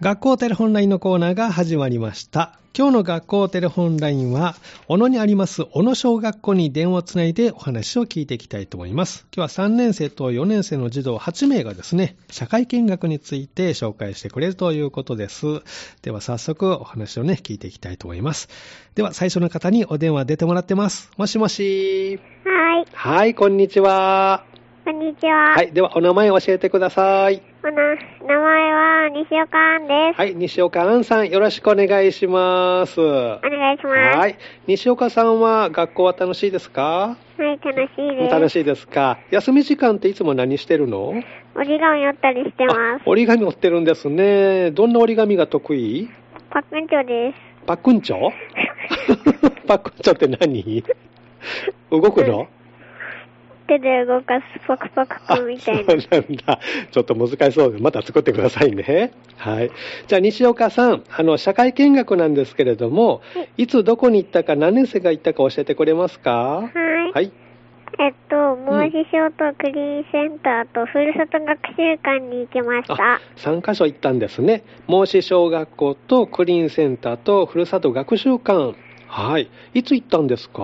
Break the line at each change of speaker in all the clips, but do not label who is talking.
学校テレホンラインのコーナーが始まりました。今日の学校テレホンラインは、小野にあります小野小学校に電話をつないでお話を聞いていきたいと思います。今日は3年生と4年生の児童8名がですね、社会見学について紹介してくれるということです。では早速お話をね、聞いていきたいと思います。では最初の方にお電話出てもらってます。もしもし。
はい、
はい、こんにちは。
こんにちは。
はい、ではお名前を教えてください。
おな、名前は西岡杏です。
はい、西岡杏さん、よろしくお願いします。は、
お願いします。はい
西岡さんは学校は楽しいですか
い、楽しいです。
楽しいですか。休み時間っていつも何してるの
折り紙やったりしてま
あ折り紙折ってるんですね。どんな折り紙が得意
す。パックンチョです。
パックンチョ パックンチョって何動くの
手で動かすパクパクくんみたいな。
あそうなんだ。ちょっと難しそうで、また作ってくださいね。はい。じゃあ、西岡さん、あの、社会見学なんですけれども、いつどこに行ったか、何年生が行ったか教えてくれますか
はい。
はい。
えっと、孟子小とクリーンセンターとふるさと学習館に行きました。
3カ所行ったんですね。孟子小学校とクリーンセンターとふるさと学習館。はい。いつ行ったんですか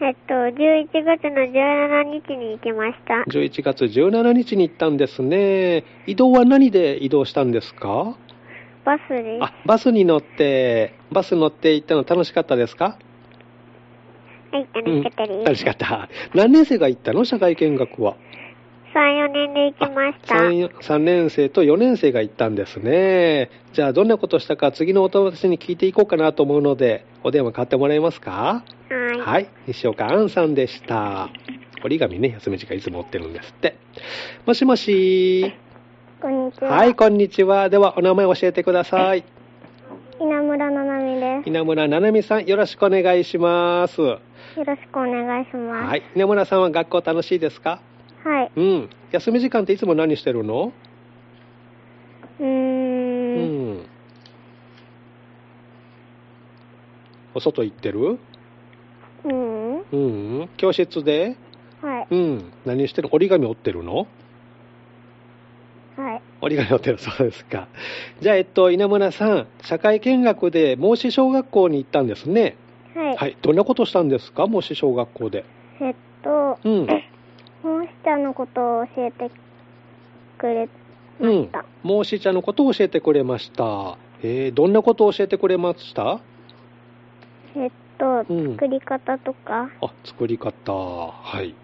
えっと、11月の17日に行きました。
?11 月17日に行ったんですね。移動は何で移動したんですか
バスで
あ、バスに乗って、バス乗って行ったの楽しかったですか
す。はい、楽しかった
うん
で
楽
す。
しかった。何年生が行ったの社会見学は。
3、4年で行きました。
3, 3年生と4年生が行ったんですね。じゃあ、どんなことしたか次のお友達に聞いていこうかなと思うので、お電話買ってもらえますか
はい。
はい。西岡杏さんでした。折り紙ね、休み時間いつも折ってるんですって。もしもし。
こんにち
はい、こんにちは。では、お名前教えてください。
稲村ななみです。
稲村七海さん、よろしくお願いします。
よろしくお願いします。
はい。稲村さんは学校楽しいですか
はい。
うん。休み時間っていつも何してるの
うー。
うんん。お外行ってる
うん。
うん。教室で
はい。
うん。何してる折り紙折ってるの
はい。
折り紙折ってるそうですか。じゃあ、えっと、稲村さん、社会見学で孟子小学校に行ったんですね。
はい。
はい。どんなことしたんですか孟子小学校で。
えっと、
うん。
モンスターのことを教えてくれま
う
し
ん
た。。
孟子ちゃんのことを教えてくれました。えー、どんなことを教えてくれました
えっと、
うん
作り方とか、
あ、作り方。はい。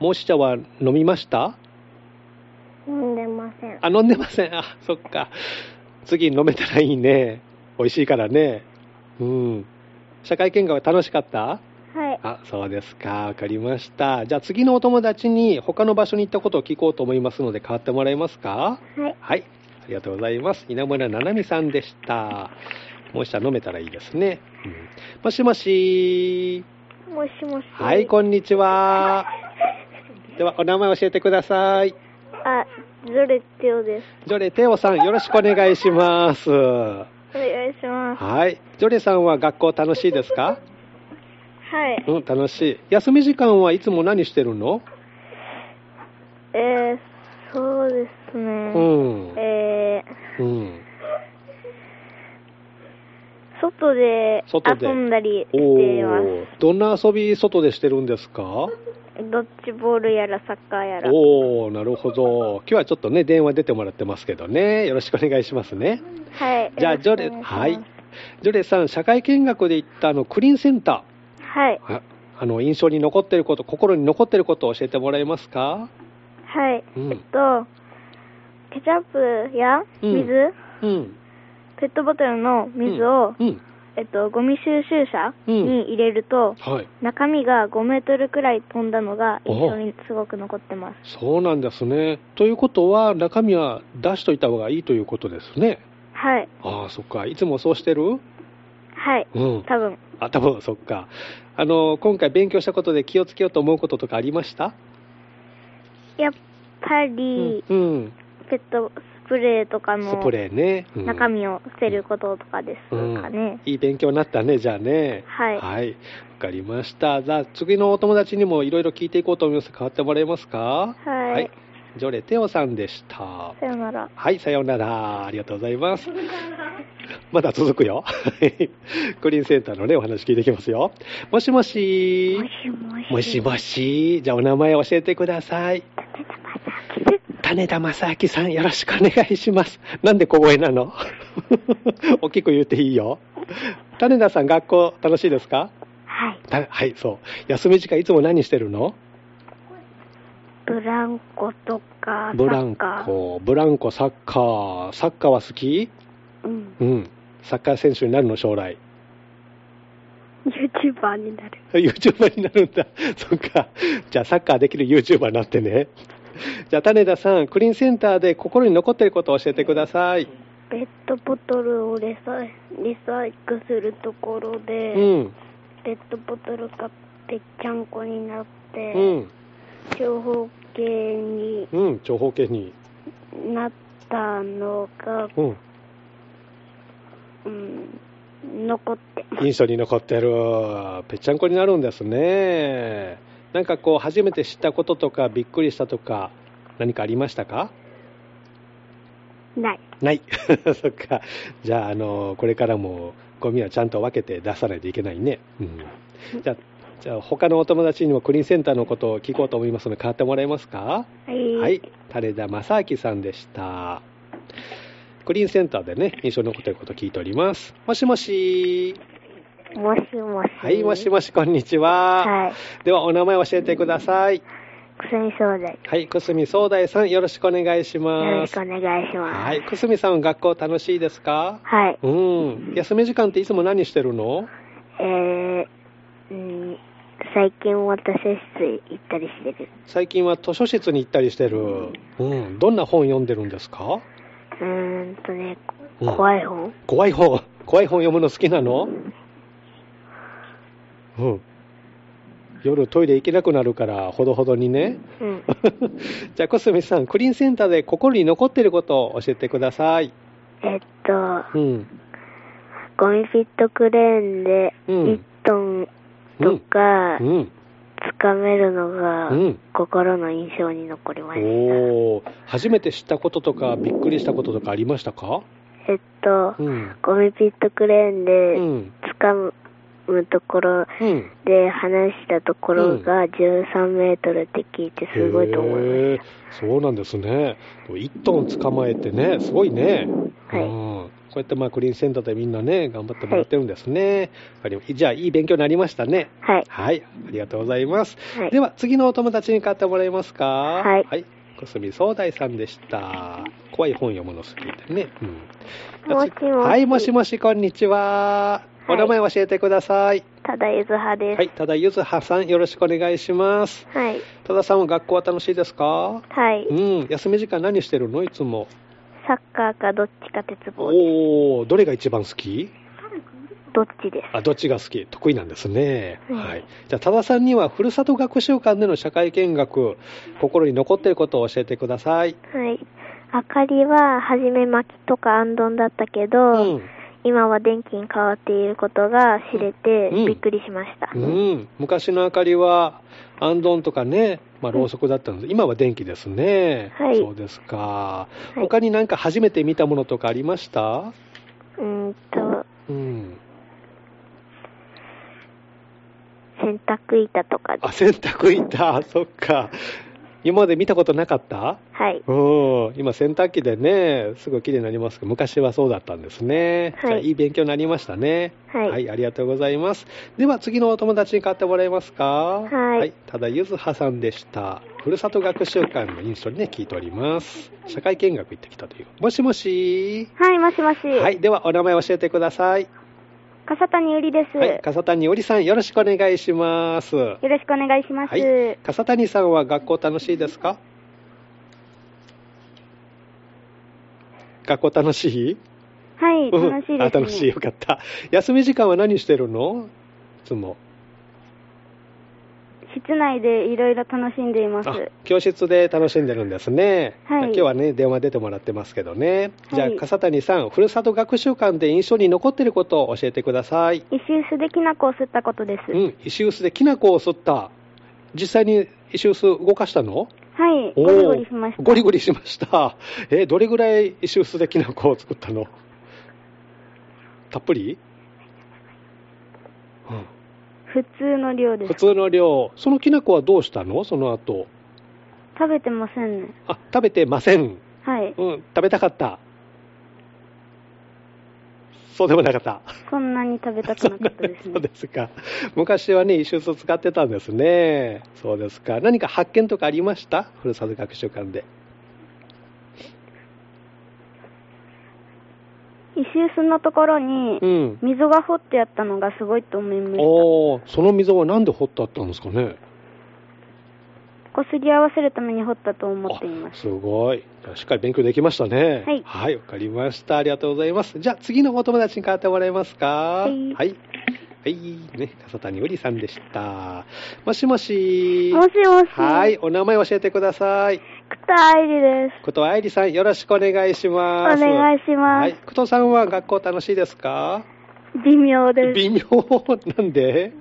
孟子茶は飲みました
飲んでません。
あ、飲んでません。あ、そっか。次飲めたらいいね。美味しいからね。うん。社会見学は楽しかった
はい。
あ、そうですか。わかりました。じゃあ次のお友達に他の場所に行ったことを聞こうと思いますので、代わってもらえますか
はい。
はい。ありがとうございます。稲村七海さんでした。もし茶飲めたらいいですね。うん、もしもし。
もしもし。
はい、こんにちは。では、お名前教えてください。
あ、ズレッチョです。
ジョレテオさん、よろしくお願いします。は
お願いしま。
い。ジョレさんは学校楽しいですか
はい。
うん、楽しい。休み時間はいつも何してるの
えそうですね。
うん。
え
うん。
外で
外で遊ん
だり
おー。どんな遊び外でしてるんですか
ドッジボールやらサッカーやら。
おー、なるほど。今日はちょっとね、電話出てもらってますけどね。よろしくお願いしますね。
はい。
じゃあ、ジョ
よ
レ、
ろしくお
は
願し
い
ます。
ジョレさん、社会見学で行ったあの、クリーンセンター。
はい。
ああの印象に残っていること、心に残っていることを教えてもらえますか
はい。
うん
えっと、ケチャップや
うん
水、
うん。
ペットボトルの水を、
うん。
えっと、ゴミ収集車
うん
に入れると、
はい。
中身が5メートルくらい飛んだのが
お
印象にすごく残ってます。
そうなんですね。ということは、中身は出しといた方がいいということですね。
はい。
ああ、そっか。いつもそうしてる
はい。
うん。
多分。
あ、多分、そっか。あの、今回勉強したことで気をつけようと思うこととかありました
やっぱ
う
り
ん、。うん。
ペットスプレーとか
ス
の
プレーね。うん
中身を捨てることとかですかね。
いい勉強になったね、じゃあね。
はい
はい。わかりました。じゃあ、次のお友達にもいろいろ聞いていこうと思います。変わってもらえますか
はい
ジョレテオさんでした。
さよなら。
はい、さようなら。ありがとうございます。 まだ続くよ。 クリーンセンターのね、お話聞いていきますよ。もしもし。
もしもし。
もしもし。じゃあお名前教えてください。種田正明さん、よろしくお願いします。なんで小声なの 大きく言っていいよ。種田さん、学校楽しいですか
はい。
たはい、そう。休み時間いつも何してるの
ブランコとか、
ブラン
サッカー。
コ、ブランコ、サッカー。サッカーは好き
うん。
うん。サッカー選手になるの、将来。
YouTuber になる。
YouTuber になるんだ。 そっか。じゃあ、サッカーできる YouTuber になってね。じゃあ、種田さん、クリーンセンターで心に残ってることを教えてください。
ペットボトルをリサイリサイクルするところ
う
で、
ん。
ペットボトルがぺっちゃんこになって、
うん。
長方形に
うん。長方形に。
なったのが、
うん。
うん、残ってます。
印象に残ってる。ぺっちゃんこになるんですね。なんかこう、初めて知ったこととか、びっくりしたとか、何かありましたか
ない。
ない。 そっか。じゃあ、あの、これからもゴミはちゃんと分けて出さないといけないね。うん。じゃあ、じゃあ他のお友達にもクリーンセンターのことを聞こうと思いますので、代わってもらえますか
はい。
はい。種田正明さんでした。クリーンセンターでね、印象に残っていることを聞いております。もしもし。
もしもし。
はい、もしも
し。
し、こんにちは。
はい。
では、お名前を教えてください。
くすみそうだよ
はい、久住壮大さん、よろしくお願いし
ろ
ま
し
す。
くお願いします。
はい、久住さん、学校楽しいですか
はい。
うん。休み時間っていつも何してるの
えー、うん、最近私室行ったりしてる。
最近は図書室に行ったりしてる。うん。どんな本読んでるんですか
うーんとね、
うん
怖い本
怖い本。怖い本読むの好きなのうん。夜トイレ行けなくなるから、ほどほどにね。
うん。
じゃあ、小杉さん、クリーンセンターで心に残ってることを教えてください。
えっと、
うん。
ゴミピットクレーンで
うん
1トン
う
と
ん。
か
うん。
掴めるのが
うん
心の印象に残りました。
おー。初めて知ったこととか、びっくりしたこととかありましたか
えっと、
うん。
ゴミピットクレーン
う
で
ん。
掴むところ
うん。
で離したところが13メートルって聞いてすごいと思いました。
へえそうなんですね。1トン捕まえてね、すごいね。
はい
うんこうやってまあクリーンセンターでみんなね、頑張ってもらってるんですね。わかりまじゃあ、いい勉強になりましたね。
はい。
はい、ありがとうございます。
はい
では、次のお友達に買ってもらえますかはいはい。小杉壮大さんでした。怖い本読むの好きでね。うん。
もしもし
はい、もしもし、こんにちは。お名前教えてください。
ただゆずはです。
はい、ただゆずはさん、よろしくお願いします。
はい。
多田さんは学校は楽しいですか
はい。
うん、休み時間何してるのいつも。
サッカーかどっちか鉄棒です。
おー、どれが一番好き
どっちです。
あ、どっちが好き得意なんですね。
はい
はい。じゃあ、多田さんには、ふるさと学習館での社会見学、心に残っていることを教えてください。
はい。あかりは、はじめ巻きとかあんどんだったけど、
うん。
今は電気に変わっていることが知れて
うん、
びっくりしました。
うん。昔の明かりは、アンドンとかね、まあ、ろうそくだったんです。今は電気ですね。
はい
そうですか。
はい
他になんか初めて見たものとかありました
うーんと、
うん。
洗濯板とかで
あ、洗濯板、そっか。今まで見たことなかった
はい。
うん。今、洗濯機でね、すぐ綺麗になりますけど、昔はそうだったんですね。
はい
じゃあ、いい勉強になりましたね。
はい
ありがとうございます。では、次のお友達に買ってもらえますか
はい
ただ、ゆずはさんでした。ふるさと学習館の印象にね、聞いております。社会見学行ってきたという。もしもし。
はい、もしもし。
は。い。では、お名前教えてください。
笠谷ゆりです。
はい。笠谷織さん、よろしくお願いします。
よろしくお願いしま
はい、笠谷さんは学校楽しいですか学校楽しいうんあ楽しい、よかった。休み時間は何してるのいつも。
室内でいろいろ楽しんでいま
あ教室で楽しんでるんですね。
はい
今日はね、電話出てもらってますけどね。じゃあ、
はい
笠谷さん、ふるさと学習館で印象に残ってることを教えてください。
石臼できな粉を吸ったことです
うん、石臼できな粉を吸った。実際に石臼動かしたの
はい、
おー
ゴリゴリしました。
ゴリゴリしました。えーどれぐらい収穫できな粉を作ったのたっぷり、うん
普通の量で
普
す。
通の量。そのきな粉はどうしたのその後。
食べてませんね。
あ、食べてません。
はい。
うん、食べたかった。そうでもなかった。
そんなに食べたくなかったです
そ
ね
う。ですか。昔はね、一周使ってたんですね。そうですか。何か発見とかありましたふるさと学習館で。
石臼のところに
う、ん。
溝が掘ってあったのがすごいと思いまし
おーその溝はなんで掘ってあったんですかね。
た。こすり合わせるために掘ったと思っていま
あ
す。
すごい。じゃあしっかり勉強できましたね。
はい
はい、わかりました。ありがとうございます。じゃあ次のお友達に変わってもらえますか。はいはい。はいね、笠谷うりさんでした。もしもし。
もしもし、
はい、お名前教えてください。
くたあいりです。
こと愛理さん、よろしくお願いし
お
ます。
願いしま
はい、ことさんは学校楽しいですか
す。微妙です。
微妙 なんで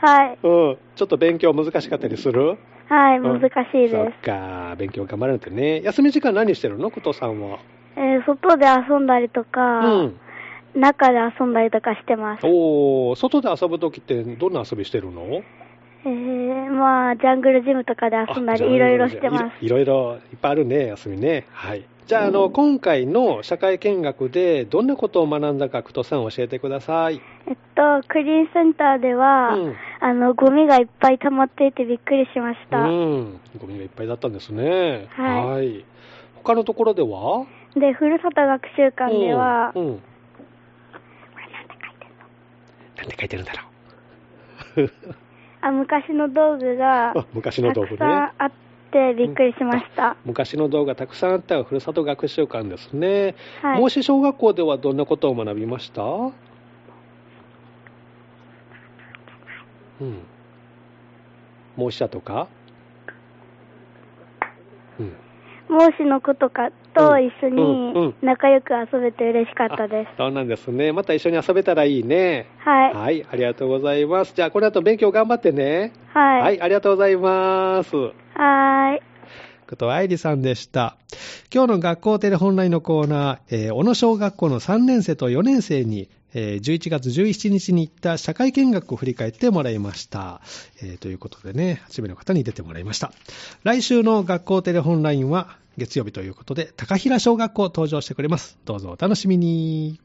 はい。
うん。ちょっと勉強難しかったりする
はい、
うん
難しいです
そっ。か、勉強頑張らなきゃね。休み時間何してるのことさんは。
えー外で遊んだりとか、
うん。
中で遊んだりとかしてます。
おー、外で遊ぶときってどんな遊びしてるの
えー、まあ、ジャングルジムとかで遊んだり、
あ
いろいろしてます。
いろいろいっぱいあるね、休みね。はい。じゃあ、あの、今回の社会見学でどんなことを学んだか、ことさん教えてください。
えっと、クリーンセンターでは、
うん
あの、ゴミがいっぱい溜まっていてびっくりしまし
う
た。
ん。ゴミがいっぱいだったんですね。
はい
い他のところでは
で、ふるさと学習館では、
うんうん
これなんて書いてんの
なんて書いてるんだろう。
あ昔の道具が、
あ 昔の道具ね
たくさんあってびっくりしました。
昔の動画たくさんあったふるさと学習館ですね。
はい。
孟子小学校ではどんなことを学びましたうん。孟子だとかうん。
孟子の子とかと一緒
うんうんうん
に仲良く遊べて嬉しかったです
あ。そうなんですね。また一緒に遊べたらいいね。
はい。
はい、ありがとうございます。じゃあ、この後勉強頑張ってね。
はい。
ありがとうございます。
はーい。
こと愛理さんでした。今日の学校テレ本来のコーナー、えー小野小学校の3年生と4年生に、えー11月17日に行った社会見学を振り返ってもらいました。えーということでね、8名の方に出てもらいました。来週の学校テレ本ラインは月曜日ということで、高平小学校登場してくれます。どうぞお楽しみに。